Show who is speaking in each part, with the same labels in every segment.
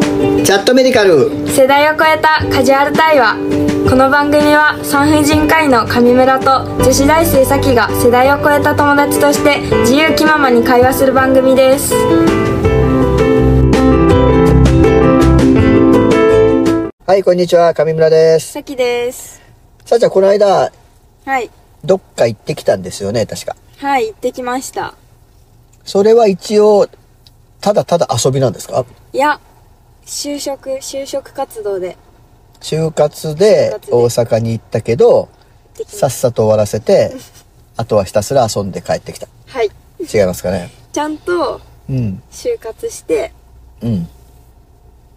Speaker 1: ットメディカル
Speaker 2: 世代を超えたカジュアル対話この番組は産婦人科医の上村と女子大生さきが世代を超えた友達として自由気ままに会話する番組です
Speaker 1: はいこんにちは上村です
Speaker 2: さきです
Speaker 1: さあちゃんこの間
Speaker 2: はい
Speaker 1: どっか行ってきたんですよね確か
Speaker 2: はい行ってきました
Speaker 1: それは一応ただただ遊びなんですか
Speaker 2: いや就職就職活動で
Speaker 1: 就活で
Speaker 2: 就活で
Speaker 1: 大阪に行ったけど
Speaker 2: でき
Speaker 1: さっさと終わらせてあとはひたすら遊んで帰ってきた
Speaker 2: はい
Speaker 1: 違いますかね
Speaker 2: ちゃんと
Speaker 1: うん
Speaker 2: 就活して
Speaker 1: うん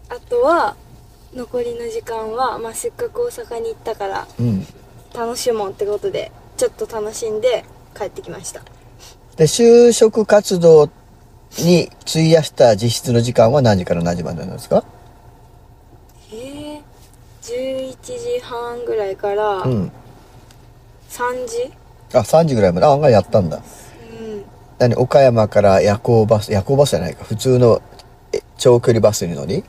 Speaker 2: あとは残りの時間は、まあ、せっかく大阪に行ったから
Speaker 1: うん
Speaker 2: 楽しもうってことでちょっと楽しんで帰ってきました
Speaker 1: で就職活動に費やした実質の時間は何時から何時までなんですか
Speaker 2: へえ11時半ぐらいから
Speaker 1: うん
Speaker 2: 3時
Speaker 1: あ3時ぐらいまであ案外やったんだ
Speaker 2: うん
Speaker 1: 何岡山から夜行バス夜行バスじゃないか普通のえ長距離バスに乗り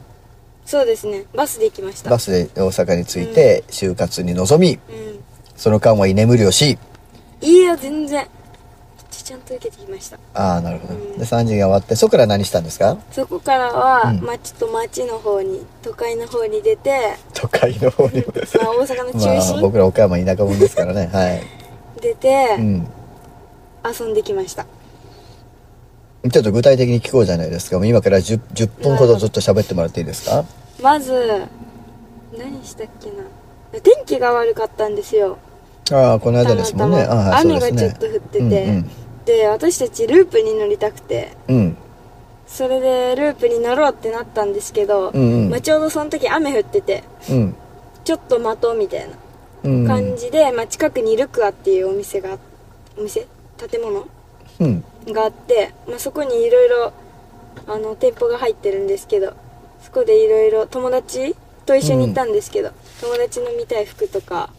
Speaker 2: そうですねバスで行きました
Speaker 1: バスで大阪に着いて就活に臨み
Speaker 2: うん
Speaker 1: その間は居眠りをし
Speaker 2: いいや全然めっちゃちゃんと受けてきました
Speaker 1: ああなるほど
Speaker 2: うん
Speaker 1: で3時が終わってそこから何したんですか
Speaker 2: そこからは、
Speaker 1: うん
Speaker 2: まあちょっと町の方に都会の方に 出て、
Speaker 1: 都会の方 に
Speaker 2: まあ、大阪の中
Speaker 1: まあ
Speaker 2: 心
Speaker 1: 僕ら岡山田舎者ですからね はい
Speaker 2: 出て
Speaker 1: うん
Speaker 2: 遊んできました、
Speaker 1: ちょっと具体的に聞こうじゃないですかもう今から 10, 10分ほどずっと喋ってもらっていいですか
Speaker 2: まず何したっけな天気が悪かったんですよ
Speaker 1: ああこの間ですもんね
Speaker 2: たまた
Speaker 1: あ
Speaker 2: ま
Speaker 1: あそう
Speaker 2: 雨
Speaker 1: です
Speaker 2: がち
Speaker 1: ね
Speaker 2: ょっと降ってて、で私たちループに乗りたくて
Speaker 1: うんうん
Speaker 2: それでループに乗ろうってなったんですけど、
Speaker 1: うんうん
Speaker 2: まあ、ちょうどその時雨降ってて
Speaker 1: うん
Speaker 2: ちょっと待とうみたいな
Speaker 1: うん
Speaker 2: 感じで、まあ、近くにルクアっていうお店がお店建物
Speaker 1: うん
Speaker 2: があって、まあ、そこにいろいろあの店舗が入ってるんですけどそこでいろいろ友達と一緒に行ったんですけど、友達の見たい服とか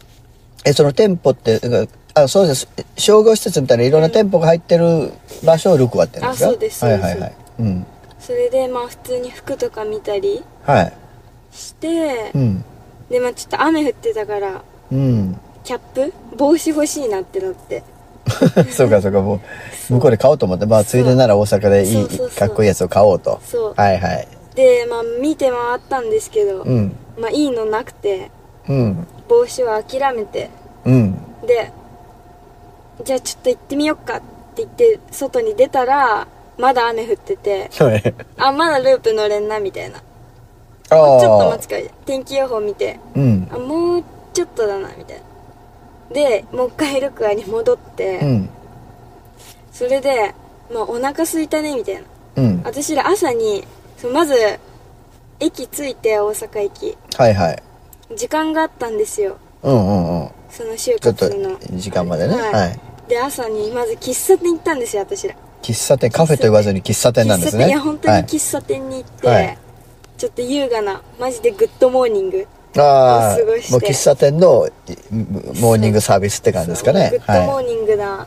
Speaker 1: えその店舗ってうんあそうです商業施設みたいないろんな店舗が入ってる場所をルクワって言うんですか
Speaker 2: あそうです
Speaker 1: はいはいはいうん
Speaker 2: それでまあ普通に服とか見たり
Speaker 1: はい
Speaker 2: して、
Speaker 1: うん
Speaker 2: でまあちょっと雨降ってたから
Speaker 1: うん
Speaker 2: キャップ帽子欲しいなってなって
Speaker 1: そうかそうかもう向こうで買おうと思ってまあついでなら大阪でいい
Speaker 2: そうそうそう
Speaker 1: かっこいいやつを買おうと
Speaker 2: そう
Speaker 1: はいはい
Speaker 2: でまあ見て回ったんですけど、
Speaker 1: うん
Speaker 2: まあいいのなくて
Speaker 1: うん
Speaker 2: 帽子は諦めて
Speaker 1: うん
Speaker 2: でじゃあちょっと行ってみよっかって言って外に出たらまだ雨降ってて
Speaker 1: はい
Speaker 2: あまだループ乗れんなみたいなち
Speaker 1: あ
Speaker 2: ょっと
Speaker 1: あ
Speaker 2: 待つから天気予報見て
Speaker 1: うん
Speaker 2: あもうちょっとだなみたいなでもう一回ルクアに戻って、
Speaker 1: うん
Speaker 2: それで、まあ、お腹空いたねみたいな
Speaker 1: うん
Speaker 2: 私ら朝にそうまず駅着いて大阪駅
Speaker 1: はいはい
Speaker 2: 時間があったんですよ
Speaker 1: うんうんうん
Speaker 2: その就
Speaker 1: ちょっと
Speaker 2: 活の
Speaker 1: 時間までね
Speaker 2: はい
Speaker 1: はい
Speaker 2: で朝にまず喫茶店行ったんですよ私ら
Speaker 1: 喫茶店カフェと言わずに喫茶店なんですね
Speaker 2: いや本当に喫茶店に行って、
Speaker 1: はい
Speaker 2: ちょっと優雅なマジでグッドモーニング
Speaker 1: ああ
Speaker 2: を過ごして
Speaker 1: もう喫茶店のいモーニングサービスって感じですかね
Speaker 2: グッドモ
Speaker 1: はい
Speaker 2: ーニングな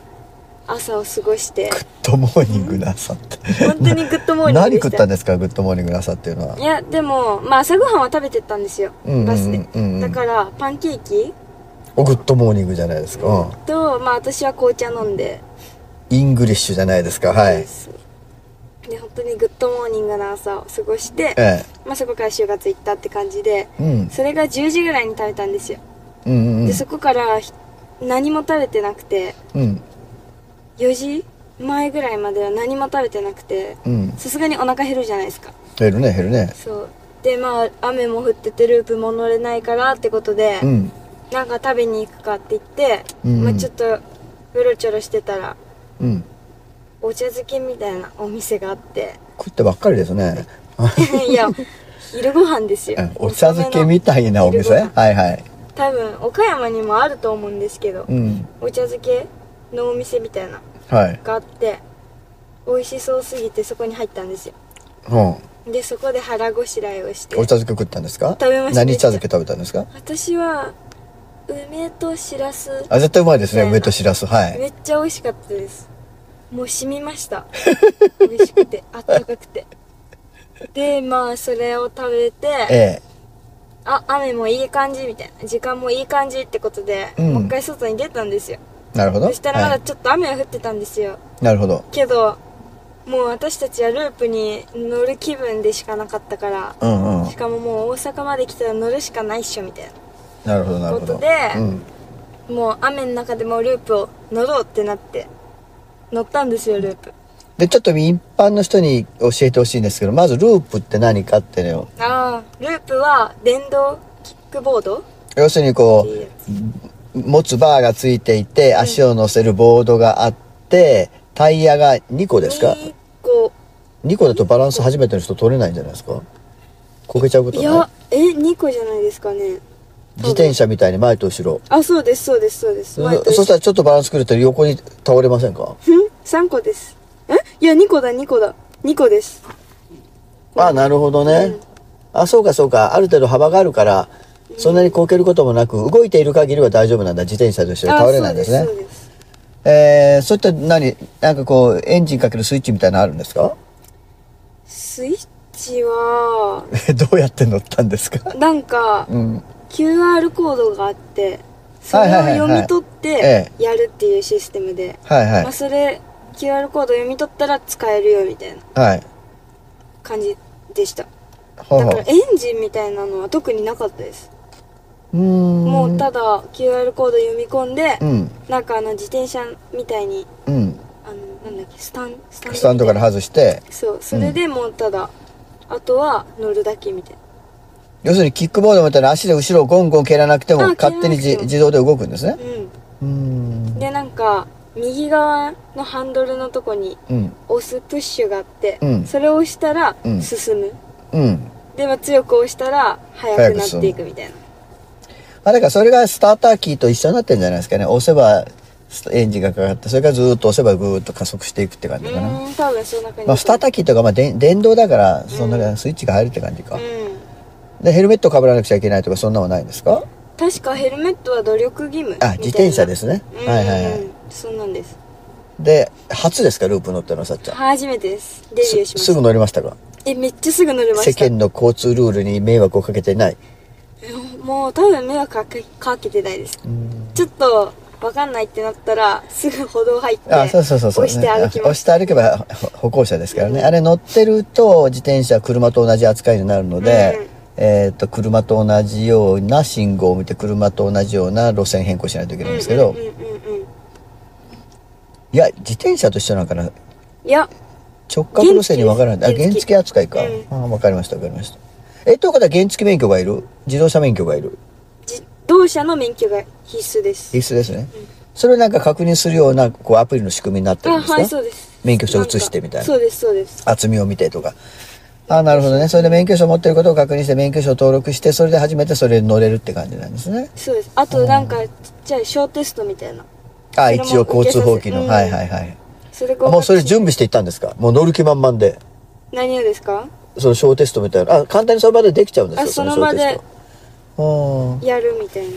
Speaker 2: 朝を過ごして、
Speaker 1: グッドモーニングなさって
Speaker 2: 本当にグッドモーニング
Speaker 1: 何
Speaker 2: で
Speaker 1: 食
Speaker 2: し
Speaker 1: ったたんですかグッドモーニングなさっていう のはい
Speaker 2: やでもまあ朝ごはんは食べてったんですよ
Speaker 1: うんうんうん
Speaker 2: バス
Speaker 1: う
Speaker 2: で、
Speaker 1: んうん
Speaker 2: だからパンケーキ
Speaker 1: おグッドモーニングじゃないですか、うん
Speaker 2: とまあ私は紅茶飲んで、
Speaker 1: イングリッシュじゃないですかはいえ
Speaker 2: そうで本当にグッドモーニングな朝を過ごして、
Speaker 1: え
Speaker 2: まあ、そこから就活行ったって感じで
Speaker 1: うん
Speaker 2: それが10時ぐらいに食べたんですよ、
Speaker 1: うんうん
Speaker 2: でそこからひ何も食べてなくて
Speaker 1: うん
Speaker 2: 4時前ぐらいまでは何も食べてなくて
Speaker 1: うん
Speaker 2: さすがにお腹減るじゃないですか
Speaker 1: 減るね減るね
Speaker 2: そうでまあ雨も降っててループも乗れないからってことで、
Speaker 1: うん
Speaker 2: なんか食べに行くかって言って、
Speaker 1: うんうん
Speaker 2: まあ、ちょっとうろちょろしてたら
Speaker 1: うん
Speaker 2: お茶漬けみたいなお店があって
Speaker 1: 食ってばっかりですね
Speaker 2: いや昼ご飯ですよ
Speaker 1: うんお茶漬けみたいなお店
Speaker 2: 昼ご飯
Speaker 1: はいはい
Speaker 2: 多分岡山にもあると思うんですけど、
Speaker 1: うん
Speaker 2: お茶漬けのお店みたいなの
Speaker 1: はい
Speaker 2: があって美味しそうすぎてそこに入ったんですよ
Speaker 1: うんお
Speaker 2: でそこで腹ごしらえをして
Speaker 1: 茶漬け食ったんですか
Speaker 2: 食べました
Speaker 1: 何茶漬け食べたんですか
Speaker 2: 私は梅としらす
Speaker 1: あ絶対うまいですね
Speaker 2: そうやな
Speaker 1: 梅としらすはい
Speaker 2: めっちゃ美味し かったですもう染みました美味しくてあったかくてでまあそれを食べて、
Speaker 1: ええ
Speaker 2: あ雨もいい感じみたいな時間もいい感じってことで、
Speaker 1: うん
Speaker 2: もう一回外に出たんですよ
Speaker 1: なるほど
Speaker 2: そしたらま
Speaker 1: は
Speaker 2: だ
Speaker 1: い、
Speaker 2: ちょっと雨は降ってたんですよ
Speaker 1: なるほど
Speaker 2: けどもう私たちはループに乗る気分でしかなかったから
Speaker 1: うんうん
Speaker 2: しかももう大阪まで来たら乗るしかないっしょみたいな
Speaker 1: なるほどなるほ
Speaker 2: とい
Speaker 1: ど
Speaker 2: うことで
Speaker 1: うん、
Speaker 2: もう雨の中でもループを乗ろうってなって乗ったんですよループ
Speaker 1: でちょっと一般の人に教えてほしいんですけどまずループって何かってね
Speaker 2: ああループは電動キックボード
Speaker 1: 要するにこう持つバーがついていて足を乗せるボードがあってタイヤが2個ですか
Speaker 2: 2個
Speaker 1: 2個だとバランス初めての人取れないんじゃないですかこけちゃうこと
Speaker 2: い
Speaker 1: ない
Speaker 2: やえ2個じゃないですかね
Speaker 1: 自転車みたいに前と後ろ
Speaker 2: あそうですそうですそうです前と
Speaker 1: そそしたらちょっとバランス狂って横に倒れませんか
Speaker 2: ふん3個ですえいや2個だ2個だ2個です
Speaker 1: あなるほどね、あそうかそうかある程度幅があるからそんなにこけることもなく動いている限りは大丈夫なんだ自転車と一緒に倒れないんです
Speaker 2: あ
Speaker 1: ね
Speaker 2: そうですそうです
Speaker 1: えー、そういった何なんかこうエンジンかけるスイッチみたいなのあるんですか
Speaker 2: スイッチは
Speaker 1: どうやって乗ったんですか
Speaker 2: なんか
Speaker 1: うん
Speaker 2: QR コードがあってそれを読み取っ
Speaker 1: はいはいはいはい
Speaker 2: てやるっていうシステムで、
Speaker 1: はいは
Speaker 2: まあ、
Speaker 1: い
Speaker 2: それ QR コード読み取ったら使えるよみたいな
Speaker 1: はい
Speaker 2: 感じでした
Speaker 1: ほう
Speaker 2: だ
Speaker 1: ほ
Speaker 2: か
Speaker 1: う
Speaker 2: らエンジンみたいなのは特になかったです
Speaker 1: うーん
Speaker 2: もうただ QR コード読み込んで、
Speaker 1: うん
Speaker 2: なんかあの自転車みたいに
Speaker 1: うん
Speaker 2: あのなんだっけスタンスタンド
Speaker 1: スタンドから
Speaker 2: み
Speaker 1: 外して
Speaker 2: たいなそうそれでもうただ、あとは乗るだけみたいな
Speaker 1: 要するにキックボードみたいな足で後ろをゴンゴン蹴らなくて
Speaker 2: あ
Speaker 1: も勝手に
Speaker 2: 蹴らな
Speaker 1: じ
Speaker 2: くても
Speaker 1: 自動で動くんですねうー
Speaker 2: うん
Speaker 1: ん
Speaker 2: でなんか右側のハンドルのとこに
Speaker 1: うん
Speaker 2: 押すプッシュがあって、
Speaker 1: うん
Speaker 2: それを押したら
Speaker 1: うん
Speaker 2: 進む、
Speaker 1: うん
Speaker 2: で、まあ、強く押したら速くなっていくみたいな
Speaker 1: あだからそれがスターターキーと一緒になってるんじゃないですかね押せばスエンジンがかかってそれからずーっと押せばグーッと加速していくって感じかな、
Speaker 2: うーん多分そんな感じ
Speaker 1: まあ、スターターキーとかまあで電動だからそんなスイッチが入るって感じか、
Speaker 2: うん
Speaker 1: でヘルメットかぶらなくちゃいけないとかそんなのはないんですか
Speaker 2: 確かヘルメットは努力義務、
Speaker 1: あ自転車ですすね
Speaker 2: うん
Speaker 1: はいはいはい
Speaker 2: そうなんです
Speaker 1: で初ですかループ乗ったのはさっちゃん
Speaker 2: 初めてですデビューしますし
Speaker 1: す
Speaker 2: た
Speaker 1: ぐ乗りましたか
Speaker 2: えめっちゃすぐ乗れま
Speaker 1: 世
Speaker 2: した
Speaker 1: 間の交通ルールに迷惑をかけてない
Speaker 2: もう多分迷惑かけかけてないですちょっとわかんないってなったらすぐ歩道入って
Speaker 1: あそうそうそうそう、
Speaker 2: 押して歩き
Speaker 1: 押
Speaker 2: ま
Speaker 1: し
Speaker 2: す
Speaker 1: て歩けばほ歩行者ですからね、あれ乗ってると自転車車と同じ扱いになるので、えー、と車と同じような信号を見て車と同じような路線変更しないといけないんですけど、
Speaker 2: うんうんうんうん
Speaker 1: いや自転車と一緒なんかな
Speaker 2: うんいや
Speaker 1: 直角路線に分からないあ
Speaker 2: 原付
Speaker 1: 原付扱いか、
Speaker 2: うん
Speaker 1: あ分かりました分かりましたえということは原付免許がいる自動車免許がいる
Speaker 2: 自動車の免許が必須です
Speaker 1: 必須ですね、それをなんか確認するようなこうアプリの仕組みになってるん
Speaker 2: あ
Speaker 1: ですか
Speaker 2: はいそうです
Speaker 1: 免許証写してみたいなん
Speaker 2: かそうですそうです
Speaker 1: 厚みを見てとか。あなるほどね。それで免許証持ってることを確認して、免許証登録して、それで初めてそれに乗れるって感じなんですね。
Speaker 2: そうですあとなんかちっちゃい小テストみたいな
Speaker 1: あ、
Speaker 2: それも
Speaker 1: 一応交通法規の。
Speaker 2: 受けさ
Speaker 1: は
Speaker 2: せ
Speaker 1: いはいはい。
Speaker 2: それ
Speaker 1: あもうそれ準備していったんですかもう乗る気満々で。
Speaker 2: 何をですか
Speaker 1: その小テストみたいな。あ、簡単にその場でできちゃうんですよ、
Speaker 2: あその
Speaker 1: 小
Speaker 2: 場
Speaker 1: テス
Speaker 2: で
Speaker 1: ト。うん。
Speaker 2: やるみたいな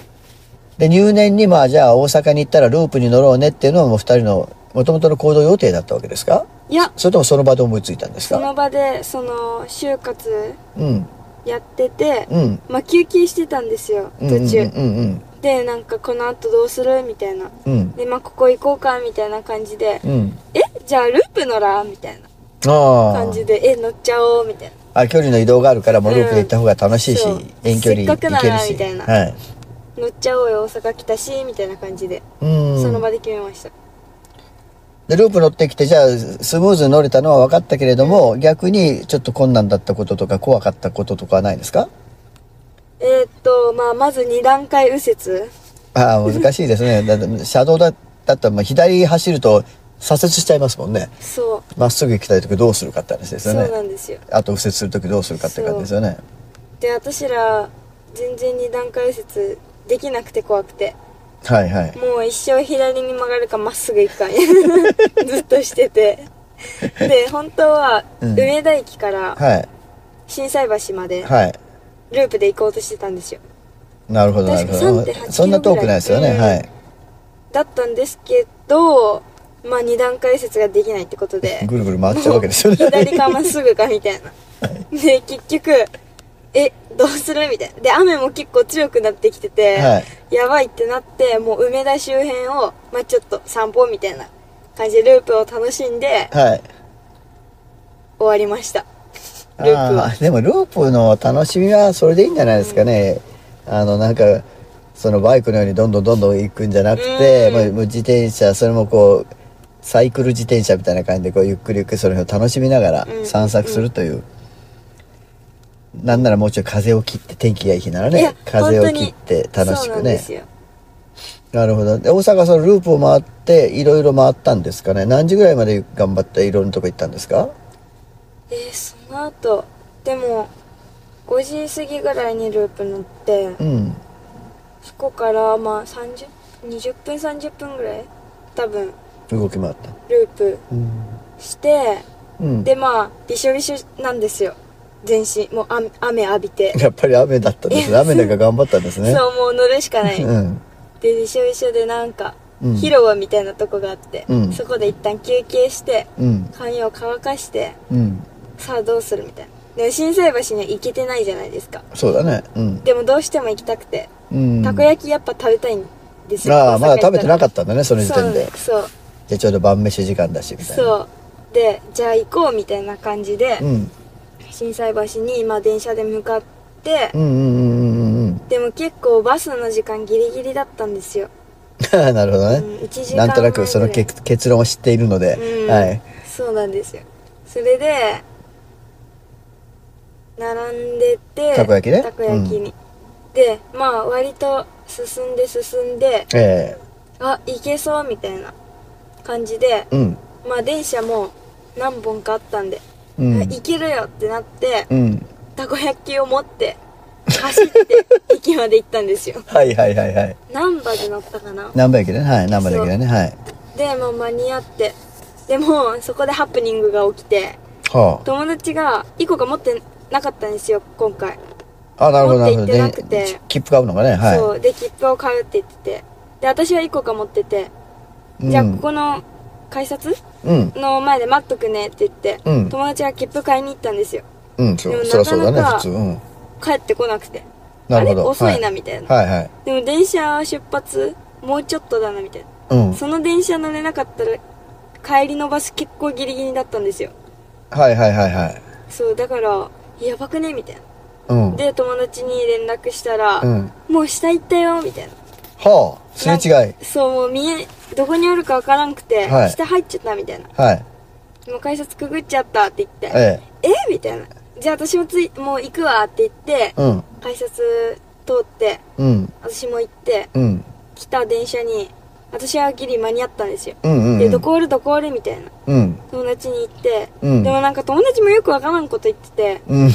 Speaker 1: で、入念にまあじゃあ大阪に行ったらループに乗ろうねっていうのはもう二人の元々の行動予定だったわけですか
Speaker 2: いや
Speaker 1: それともその場で思いついたんです
Speaker 2: そ
Speaker 1: か
Speaker 2: の場でその就活
Speaker 1: うん。
Speaker 2: やってて、
Speaker 1: うん。
Speaker 2: まあ休憩してたんですよ
Speaker 1: うん
Speaker 2: 途
Speaker 1: うん
Speaker 2: 中、
Speaker 1: うん
Speaker 2: でなんかこの後どうするみたいな
Speaker 1: うん。うん。
Speaker 2: でまあここ行こうかみたいな感じで、
Speaker 1: うん。
Speaker 2: えじゃあループ乗らんみたいな
Speaker 1: ああ。
Speaker 2: 感じでえ乗っちゃおうみたいな
Speaker 1: あ距離の移動があるからもうループで行った方が楽しいし、
Speaker 2: うんそう
Speaker 1: 遠距離行けるし
Speaker 2: せっかくならみたいな
Speaker 1: はい、
Speaker 2: 乗っちゃおうよ大阪来たしみたいな感じで、
Speaker 1: うん
Speaker 2: その場で決めました
Speaker 1: でループ乗ってきてじゃあスムーズに乗れたのは分かったけれども、逆にちょっと困難だったこととか怖かったこととかはないですか
Speaker 2: えーっとまあまず2段階右折
Speaker 1: ああ難しいですね だって車道だだったらまあ左走ると左折しちゃいますもんね
Speaker 2: そう
Speaker 1: まっすぐ行きたい時どうするかって話です
Speaker 2: そう
Speaker 1: よ
Speaker 2: な
Speaker 1: ね
Speaker 2: んですよ
Speaker 1: あと右折する時どうするかって感じですよね
Speaker 2: で私ら全然2段階右折できなくて怖くて
Speaker 1: はいはい
Speaker 2: もう一生左に曲がるかまっすぐ行 くかみたいなずっとしててで本当は
Speaker 1: うん
Speaker 2: 梅田駅から
Speaker 1: はい
Speaker 2: 心斎橋まで
Speaker 1: はい
Speaker 2: ループで行こうとしてたんですよ
Speaker 1: なるほどなる
Speaker 2: 確か
Speaker 1: ほど
Speaker 2: 3.8キロぐらい
Speaker 1: そんな遠くないですよね、
Speaker 2: うん
Speaker 1: はい
Speaker 2: だったんですけどまあ2段階右折ができないってことで
Speaker 1: ぐるぐる回っちゃうわけですよね
Speaker 2: もう左かまっすぐかみたいなで、結局、え、どうするみたいな。で、雨も結構強くなってきてて、
Speaker 1: はい
Speaker 2: やばいってなって、もう梅田周辺を、まあちょっと散歩みたいな感じでループを楽しんで
Speaker 1: はい
Speaker 2: 終わりました。ループ
Speaker 1: あ
Speaker 2: は。
Speaker 1: ーでもループの楽しみはそれでいいんじゃないですかね、あのなんかそのバイクのようにどんどんどんどん行くんじゃなくて、
Speaker 2: うん
Speaker 1: もうもう自転車それもこうサイクル自転車みたいな感じでこうゆっくりゆっくりそれを楽しみながら
Speaker 2: うん
Speaker 1: 散策するという、なんならもうちょい風を切って天気がいい日なら
Speaker 2: い
Speaker 1: ね
Speaker 2: や
Speaker 1: 風を
Speaker 2: 本当に
Speaker 1: 切って楽し
Speaker 2: そ
Speaker 1: く
Speaker 2: うなんで
Speaker 1: ね
Speaker 2: すよ。
Speaker 1: なるほどで大阪そのループを回っていろいろ回ったんですかね何時ぐらいまで頑張っていろんなとこ行ったんですか
Speaker 2: えー、その後、でも、5時過ぎぐらいにループ乗って、
Speaker 1: うん
Speaker 2: そこから、まあ30、20分30分ぐらい多分、
Speaker 1: 動き回った
Speaker 2: ループ
Speaker 1: うん、
Speaker 2: して、
Speaker 1: うん
Speaker 2: でまあびしょびしょなんですよ全身もう雨雨浴びて、
Speaker 1: やっぱり雨だったんですね。雨だから頑張ったんですね。
Speaker 2: そうもう乗るしかない、
Speaker 1: うん。
Speaker 2: でびしょびしょでなんか、
Speaker 1: うん
Speaker 2: 広場みたいなとこがあって、
Speaker 1: うん
Speaker 2: そこで一旦休憩して
Speaker 1: うん。
Speaker 2: 髪を乾かして
Speaker 1: うん。
Speaker 2: さあどうするみたいなで心斎橋には行けてないじゃないですか
Speaker 1: そうだね。うん。
Speaker 2: でもどうしても行きたくて、
Speaker 1: うん。
Speaker 2: たこ焼きやっぱ食べたいんですよ
Speaker 1: ああ、まだ食べてなか
Speaker 2: っ
Speaker 1: ったんだね、その時点で。
Speaker 2: そうそう
Speaker 1: じゃあちょうど晩飯時間だし、みたいな。
Speaker 2: そうでじゃあ行こうみたいな感じで、
Speaker 1: うん。
Speaker 2: 心斎橋に今電車で向かって、
Speaker 1: うんうんうんうんうん うん。
Speaker 2: でも結構バスの時間ギリギリだったんですよ、
Speaker 1: なるほど
Speaker 2: う
Speaker 1: ね。
Speaker 2: ん、1時間
Speaker 1: なんとなくその
Speaker 2: 前ぐらい
Speaker 1: 結結論を知っているので、
Speaker 2: うん
Speaker 1: はい。
Speaker 2: そうなんですよそれで並んでて
Speaker 1: たこ焼きね
Speaker 2: たこ焼きに、でまあ割と進んで進んで
Speaker 1: え
Speaker 2: あ行けそうみたいな感じで
Speaker 1: えうん。
Speaker 2: まあ電車も何本かあったんで、
Speaker 1: う
Speaker 2: あ
Speaker 1: ん。
Speaker 2: 行けるよってなって、
Speaker 1: うん。
Speaker 2: たこ焼きを持って走って駅まで行ったんですよ
Speaker 1: はいはいはいはい。
Speaker 2: 難波で乗ったかな
Speaker 1: 南波駅でね。はい。南波駅でね。はい。
Speaker 2: で、まあ、間に合ってでもそこでハプニングが起きて
Speaker 1: は
Speaker 2: 友達が1個が持ってなかったんですよ今回、
Speaker 1: あ。あ、なるほどなるほど。
Speaker 2: 持って行ってなくて
Speaker 1: で切符買うのがね。はい。
Speaker 2: そうで切符を買うって言っててで私は1個が持ってて、
Speaker 1: うん、
Speaker 2: じゃあここの改札
Speaker 1: うん。
Speaker 2: の前で待っとくねって言って、
Speaker 1: うん
Speaker 2: 友達が切符買いに行ったんですよ
Speaker 1: うん。そ
Speaker 2: でも
Speaker 1: うそりゃそうだね、
Speaker 2: なかなか
Speaker 1: 普通。うん。
Speaker 2: 帰ってこなくて
Speaker 1: なるほ
Speaker 2: あれ
Speaker 1: ど。
Speaker 2: 遅いなみたいな、
Speaker 1: はい。はいはい。
Speaker 2: でも電車出発もうちょっとだなみたいな
Speaker 1: うん。
Speaker 2: その電車乗れなかったら帰りのバス結構ギリギリだったんですよ
Speaker 1: はいはいはいはい。
Speaker 2: そうだからやばくねみたいな
Speaker 1: うん。
Speaker 2: で友達に連絡したら、
Speaker 1: うん。
Speaker 2: もう下行ったよみたいな
Speaker 1: はあ、すれ違い。
Speaker 2: そうもう見えどこにおるかわからんくて、
Speaker 1: はい
Speaker 2: 下入っちゃったみたいな
Speaker 1: はい。
Speaker 2: もう改札くぐっちゃったって言って
Speaker 1: え
Speaker 2: えみたいなじゃあ私もついもう行くわって言って
Speaker 1: え。うん。
Speaker 2: 改札通って
Speaker 1: うん。
Speaker 2: 私も行って
Speaker 1: うん。
Speaker 2: 来た電車に私はギリ間に合ったんですよ、
Speaker 1: うんうん。
Speaker 2: でどこおるどこおるみたいな
Speaker 1: うん。
Speaker 2: 友達に行って、
Speaker 1: うん
Speaker 2: でもなんか友達もよくわからんこと言ってて
Speaker 1: うん。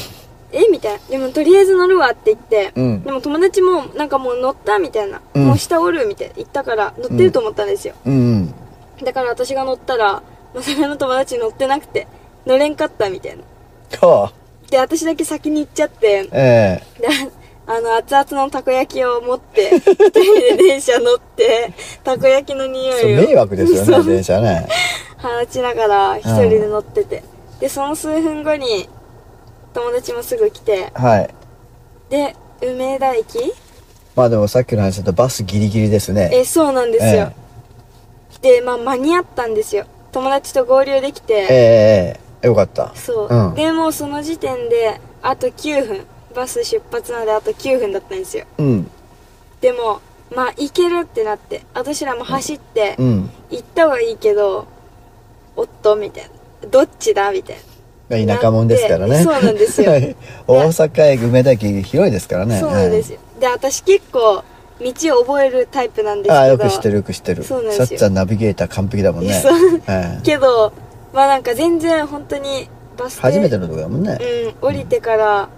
Speaker 2: えみたいなでもとりあえず乗るわって言って、
Speaker 1: うん
Speaker 2: でも友達もなんかもう乗ったみたいな、
Speaker 1: うん
Speaker 2: もう下おるみたいな言ったから乗ってると思ったんですよ、
Speaker 1: うん。
Speaker 2: だから私が乗ったらまさかの友達乗ってなくて乗れんかったみたいな
Speaker 1: はあ、
Speaker 2: で私だけ先に行っちゃってで
Speaker 1: ええ。
Speaker 2: あの熱々のたこ焼きを持って 一人で電車乗ってたこ焼きの匂
Speaker 1: そう
Speaker 2: いを
Speaker 1: 迷惑ですよ
Speaker 2: そう
Speaker 1: ね、電車ね。
Speaker 2: 放ちながら一人で乗ってて、でその数分後に友達もすぐ来て
Speaker 1: はい。
Speaker 2: で梅田駅
Speaker 1: まあでもさっきの話だとバスギリギリですね。
Speaker 2: えそうなんですよ、でまあ間に合ったんですよ友達と合流でき
Speaker 1: ええ
Speaker 2: て、
Speaker 1: ええ。よかった。
Speaker 2: そう、
Speaker 1: うん
Speaker 2: でもうその時点であと9分バス出発なのであと9分だったんですよ
Speaker 1: うん。
Speaker 2: でもまあ行けるってなって私らも走って、
Speaker 1: うん。
Speaker 2: 行ったはいいけどおっとみたいなどっちだみたいな
Speaker 1: まあ田舎もんですからね。
Speaker 2: そうなんです よ
Speaker 1: はい大阪駅、梅田駅広いですからね。
Speaker 2: そうなんですよ、で私結構道を覚えるタイプなんですけ
Speaker 1: はい。あ
Speaker 2: ど
Speaker 1: あ、よく知ってる、よく知ってる。
Speaker 2: そうなんですよ
Speaker 1: さっちゃんナビゲーター完璧だもんね。
Speaker 2: そう
Speaker 1: え え
Speaker 2: けどまあなんか全然本当にバス停
Speaker 1: 初めてのとこだもんね。
Speaker 2: うん降りてから、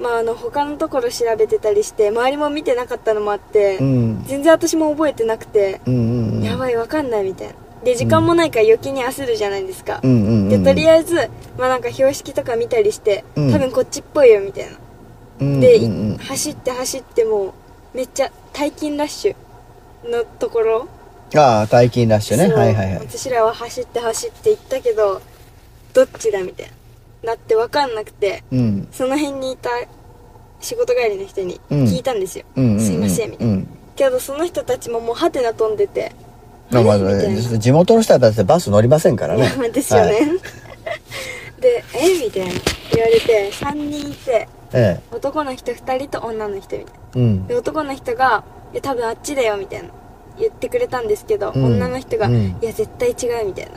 Speaker 2: まああの他のところ調べてたりして周りも見てなかったのもあって、
Speaker 1: うん。
Speaker 2: 全然私も覚えてなくて、
Speaker 1: うんうんうん。
Speaker 2: やばいわかんないみたいなで時間もないから余計に焦るじゃないですか、
Speaker 1: うんうんうん、
Speaker 2: でとり
Speaker 1: え
Speaker 2: あえずまあなんか標識とか見たりして、
Speaker 1: うん
Speaker 2: 多分こっちっぽいよみたいな
Speaker 1: ず、うんうんうん、
Speaker 2: で、い走って走ってもうめっちゃ大金ラッシュのところ
Speaker 1: ああ大金ラッシュね
Speaker 2: そう
Speaker 1: はいはいはい
Speaker 2: 私らは走って走って行ったけどどっちだみたいななって分かんなくて
Speaker 1: うん
Speaker 2: その辺にいた仕事帰りの人に
Speaker 1: うん
Speaker 2: 聞いたんですよ、
Speaker 1: うんうん
Speaker 2: すいませんみたいな、
Speaker 1: うん
Speaker 2: けどその人たちももうハテナ飛んでて
Speaker 1: まあまあ
Speaker 2: あれみたいな
Speaker 1: 地元の人はだってバス乗りませんからね
Speaker 2: ダメ ですよね、
Speaker 1: はい
Speaker 2: で「えみたいな言われて3人いて
Speaker 1: え
Speaker 2: 男の人2人と女の人みたいな
Speaker 1: えうん
Speaker 2: で男の人が「いや多分あっちだよ」みたいな言ってくれたんですけど、
Speaker 1: うん
Speaker 2: 女の人が「
Speaker 1: うん
Speaker 2: いや絶対違う」みたいな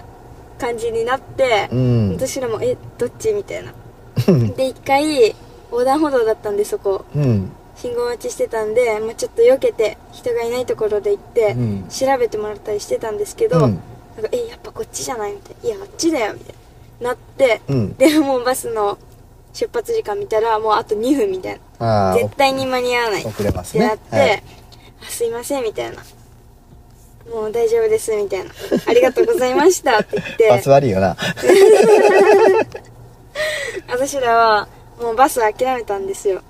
Speaker 2: 感じになって
Speaker 1: う、ん
Speaker 2: 私らも「えどっち?」みたいなで一回横断歩道だったんでそこ
Speaker 1: うん
Speaker 2: 信号待ちしてたんで、まあ、ちょっと避けて人がいないところで行って、
Speaker 1: うん
Speaker 2: 調べてもらったりしてたんですけど、
Speaker 1: うん
Speaker 2: なんか「えやっぱこっちじゃない?」みたいな「いやあっちだよ」みたいななって、
Speaker 1: うん
Speaker 2: でもうバスの出発時間見たらもうあと2分みたい
Speaker 1: あ
Speaker 2: な
Speaker 1: あ
Speaker 2: 絶対に間に合わない
Speaker 1: 遅れます
Speaker 2: ってな
Speaker 1: ね
Speaker 2: って「
Speaker 1: はい
Speaker 2: あすいません」みたいな「もう大丈夫です」みたいな「ありがとうございました」って言 って
Speaker 1: バス悪いよな
Speaker 2: 私らはもうバス諦めたんで すよ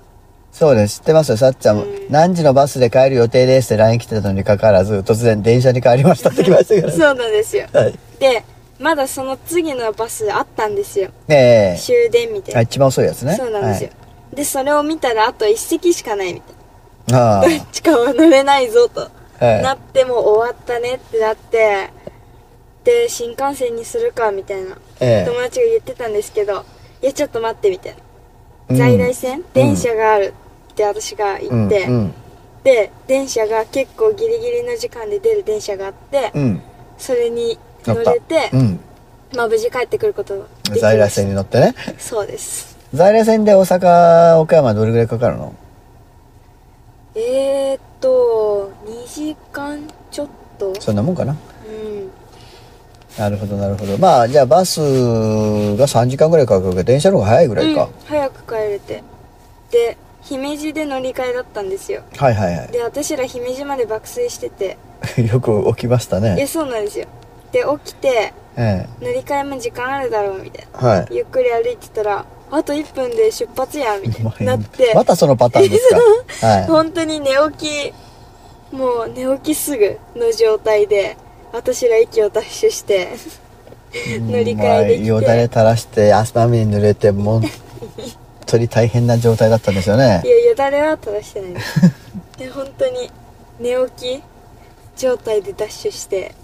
Speaker 1: そうです知ってますよさっちゃんも
Speaker 2: うん
Speaker 1: 何時のバスで帰る予定ですって LINE 来てたのにかかわらず突然電車に帰りましたって来ましたからね
Speaker 2: そうなんですよ
Speaker 1: はい
Speaker 2: でまだその次のバスあったんですよ
Speaker 1: ね
Speaker 2: 終電みたい
Speaker 1: え
Speaker 2: な、
Speaker 1: あ一番遅いやつね
Speaker 2: そうなんですよ、でそれを見たらあと1席しかないみたい
Speaker 1: はいあ
Speaker 2: などっちかは乗れないぞと、
Speaker 1: あはい
Speaker 2: なってもう終わったねってなってで新幹線にするかみたいな
Speaker 1: え
Speaker 2: 友達が言ってたんですけど「いやちょっと待って」みたいな
Speaker 1: え
Speaker 2: 在来線、電車があるって私が言って、
Speaker 1: うんうん
Speaker 2: で電車が結構ギリギリの時間で出る電車があって、
Speaker 1: うん
Speaker 2: それに乗
Speaker 1: 乗った
Speaker 2: れて、
Speaker 1: うん
Speaker 2: まあ無事帰ってくることができました
Speaker 1: 在来線に乗ってね
Speaker 2: そうです
Speaker 1: 在来線で大阪岡山どれぐらいかかるの
Speaker 2: えー、っと2時間ちょっと
Speaker 1: そんなもんかな
Speaker 2: うん
Speaker 1: なるほどなるほどまあじゃあバスが3時間ぐらいかかるけど電車の方が早いぐらいか、
Speaker 2: うん、早く帰れてで姫路で乗り換えだったんですよ
Speaker 1: はいはいは
Speaker 2: で私ら姫路まで爆睡してて
Speaker 1: い よく起きました
Speaker 2: いや
Speaker 1: ね
Speaker 2: そうなんですよで起きて
Speaker 1: ええ
Speaker 2: 乗り換えも時間あるだろうみたいな
Speaker 1: はい
Speaker 2: ゆっくり歩いてたらあと1分で出発やんみたいになって
Speaker 1: またそのパターンです かは
Speaker 2: 本当に寝起きもう寝起きすぐの状態で私ら息を脱出して
Speaker 1: い
Speaker 2: 乗り換えできて
Speaker 1: うんまあよだれ垂らして汗まみれに濡れてもう本当に大変な状態だったんですよね
Speaker 2: いやよだれは垂らしてないです いや本当に寝起き状態でダッシュして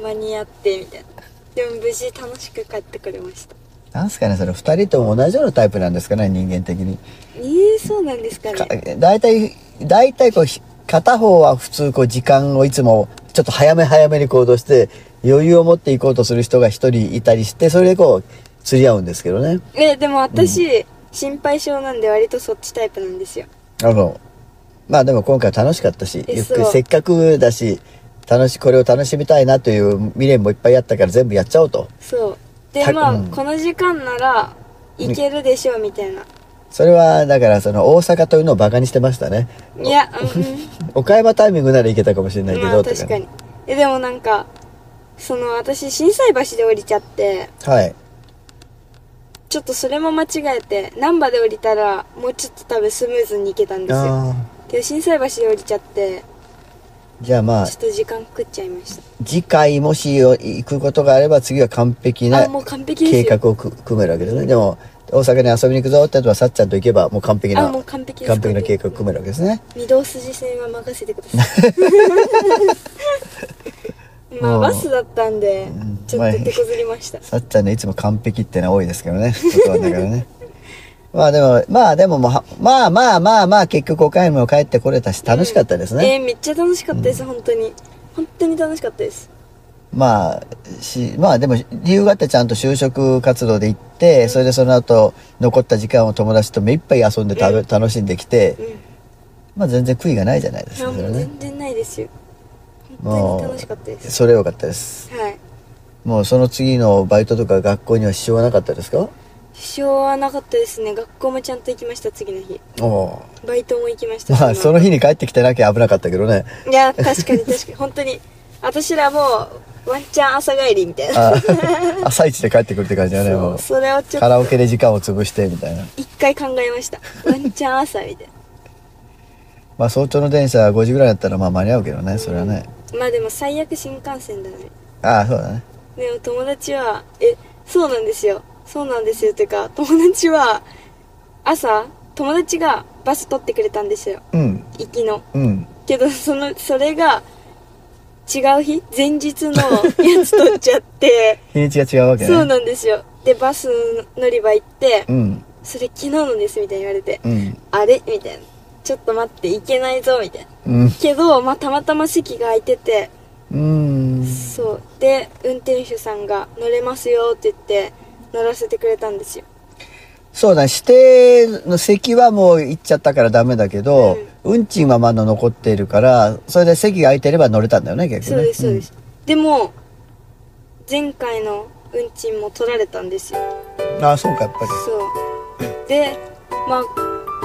Speaker 2: 間に合ってみたいなでも無事楽しく帰ってくれました
Speaker 1: なんすかねそれ2人とも同じようなタイプなんですかね人間的に
Speaker 2: えー、そうなんですかね
Speaker 1: か大体大体こうひ片方は普通こう時間をいつもちょっと早め早めに行動して余裕を持っていこうとする人が一人いたりしてそれでこう釣り合うんですけどね
Speaker 2: えでも私、心配性なんで割とそっちタイプなんですよ
Speaker 1: あのまあでも今回楽しかったし
Speaker 2: え
Speaker 1: ゆっく
Speaker 2: そう
Speaker 1: りせっかくだし楽しこれを楽しみたいなという未練もいっぱいあったから全部やっちゃおうと
Speaker 2: そうで
Speaker 1: た
Speaker 2: まあ、
Speaker 1: うん
Speaker 2: この時間ならいけるでしょうみたいな、
Speaker 1: それはだからその大阪というのをバカにしてましたね
Speaker 2: いや、 う
Speaker 1: 岡山タイミングならいけたかもしれない
Speaker 2: ん、
Speaker 1: けど、
Speaker 2: まあ
Speaker 1: と
Speaker 2: 確かにえでもなんかその私心斎橋で降りちゃって
Speaker 1: はい
Speaker 2: ちょっとそれも間違えて難波で降りたらもうちょっと多分スムーズに行けたんですよ
Speaker 1: あ
Speaker 2: けど心斎橋で降りちゃって
Speaker 1: ーじゃあまあ
Speaker 2: ちょっと時間食っちゃいました、
Speaker 1: 次回もし行くことがあれば次は完璧な
Speaker 2: あもう完璧で
Speaker 1: 計
Speaker 2: すよ
Speaker 1: 画をく組めるわけですねでも大阪に遊びに行くぞってとはさっちゃんと行けばもう完璧な
Speaker 2: あもう完璧です
Speaker 1: 完璧な計画を組めるわけですね
Speaker 2: 御堂筋線は任せてくださ いまあ
Speaker 1: もう
Speaker 2: バスだったんで
Speaker 1: ん
Speaker 2: ちょっと手こずりました
Speaker 1: さっちゃんねいつも完璧ってのは多いですけど ねことなんだからねまあでもまあでももうはまあまあまあまあ結局岡山も帰ってこれたし楽しかったです
Speaker 2: え
Speaker 1: ね、
Speaker 2: ーめっちゃ楽しかったです、本当に本当に楽しかったです
Speaker 1: まあしまあでも理由があってちゃんと就職活動で行って、それでその後残った時間を友達と目いっぱい遊んで食べ、楽しんできて、
Speaker 2: うんい
Speaker 1: まあ全然悔いがないじゃないです
Speaker 2: や
Speaker 1: か
Speaker 2: も
Speaker 1: それ
Speaker 2: う
Speaker 1: はね
Speaker 2: 全然ないですよ本
Speaker 1: も
Speaker 2: 当
Speaker 1: う
Speaker 2: に楽しかったです
Speaker 1: それは良かったです
Speaker 2: はい
Speaker 1: もうその次のバイトとか学校には支障はなかったですか
Speaker 2: 支障はなかったですね学校もちゃんと行きました次の日
Speaker 1: おお
Speaker 2: バイトも行きまし
Speaker 1: ー
Speaker 2: た
Speaker 1: まあその日に帰ってきてなきゃ危なかったけどね
Speaker 2: いや確かに確かに本当に私らもうワンチャン朝帰りみたいな
Speaker 1: あ 朝一で帰ってくるって感じだね
Speaker 2: そ
Speaker 1: も
Speaker 2: う
Speaker 1: う
Speaker 2: それをちょっ
Speaker 1: カラオ
Speaker 2: と
Speaker 1: ケで時間を潰してみたいな
Speaker 2: 一回考えましたワンチャン朝みたいな
Speaker 1: まあ早朝の電車5時ぐらいだったらまあ間に合うけどねそれはね
Speaker 2: まあでも最悪新幹線だね
Speaker 1: ああそうだね
Speaker 2: でも友達はえそうなんですよそうなんですよてか友達は朝友達がバス取ってくれたんですよ
Speaker 1: うん
Speaker 2: 行きの
Speaker 1: うん
Speaker 2: けどそのそれが違う日前日のやつ取っちゃって
Speaker 1: 日にちが違うわけね
Speaker 2: そうなんですよでバス乗り場行って
Speaker 1: うん
Speaker 2: 「それ昨日のです」みたいに言われて
Speaker 1: うん
Speaker 2: 「あれ?」みたいな「ちょっと待って行けないぞ」みたいな
Speaker 1: うん
Speaker 2: けど、まあ、たまたま席が空いてて
Speaker 1: うん
Speaker 2: そうで運転手さんが「乗れますよ」って言って乗らせてくれたんですよ
Speaker 1: そうだね指定の席はもう行っちゃったからダメだけど、運賃はまだ残っているからそれで席が空いてれば乗れたんだよね結
Speaker 2: そ
Speaker 1: 局
Speaker 2: う
Speaker 1: ね
Speaker 2: ですそうです、でも前回の運賃も取られたんですよ
Speaker 1: うんああそうかやっぱり
Speaker 2: そうでまあ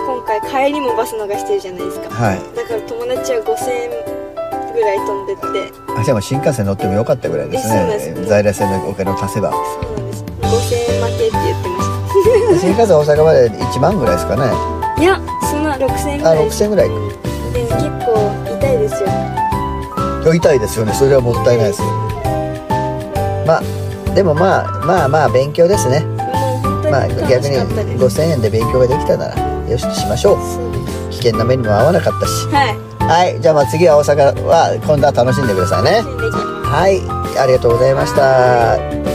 Speaker 2: 今回帰りもバス逃してるじゃないですか
Speaker 1: はい
Speaker 2: だから友達は5000円ぐらい飛んでって
Speaker 1: あじゃあもう新幹線乗ってもよかったぐらいです
Speaker 2: えそうです
Speaker 1: ね在来線のお金を足せば
Speaker 2: そうなんです5000円負けって言ってまし
Speaker 1: 新幹線大阪まで1万ぐらいですかね
Speaker 2: たいやそんな6000円ぐ
Speaker 1: あ
Speaker 2: らい
Speaker 1: 6000ぐらい
Speaker 2: で結構痛いですよ
Speaker 1: 痛いですよねそれはもったいないですよまあでもまあまあまあ勉強ですね
Speaker 2: もう本当に
Speaker 1: まあ
Speaker 2: 楽
Speaker 1: 逆
Speaker 2: し
Speaker 1: に
Speaker 2: かったです、
Speaker 1: 5000円で勉強ができたならよしとしましょう
Speaker 2: そうです
Speaker 1: 危険な目にも合わなかったし
Speaker 2: はい
Speaker 1: はいじゃあまあ次は大阪は今度は楽しんでくださいね
Speaker 2: 楽しんできます
Speaker 1: はいありがとうございました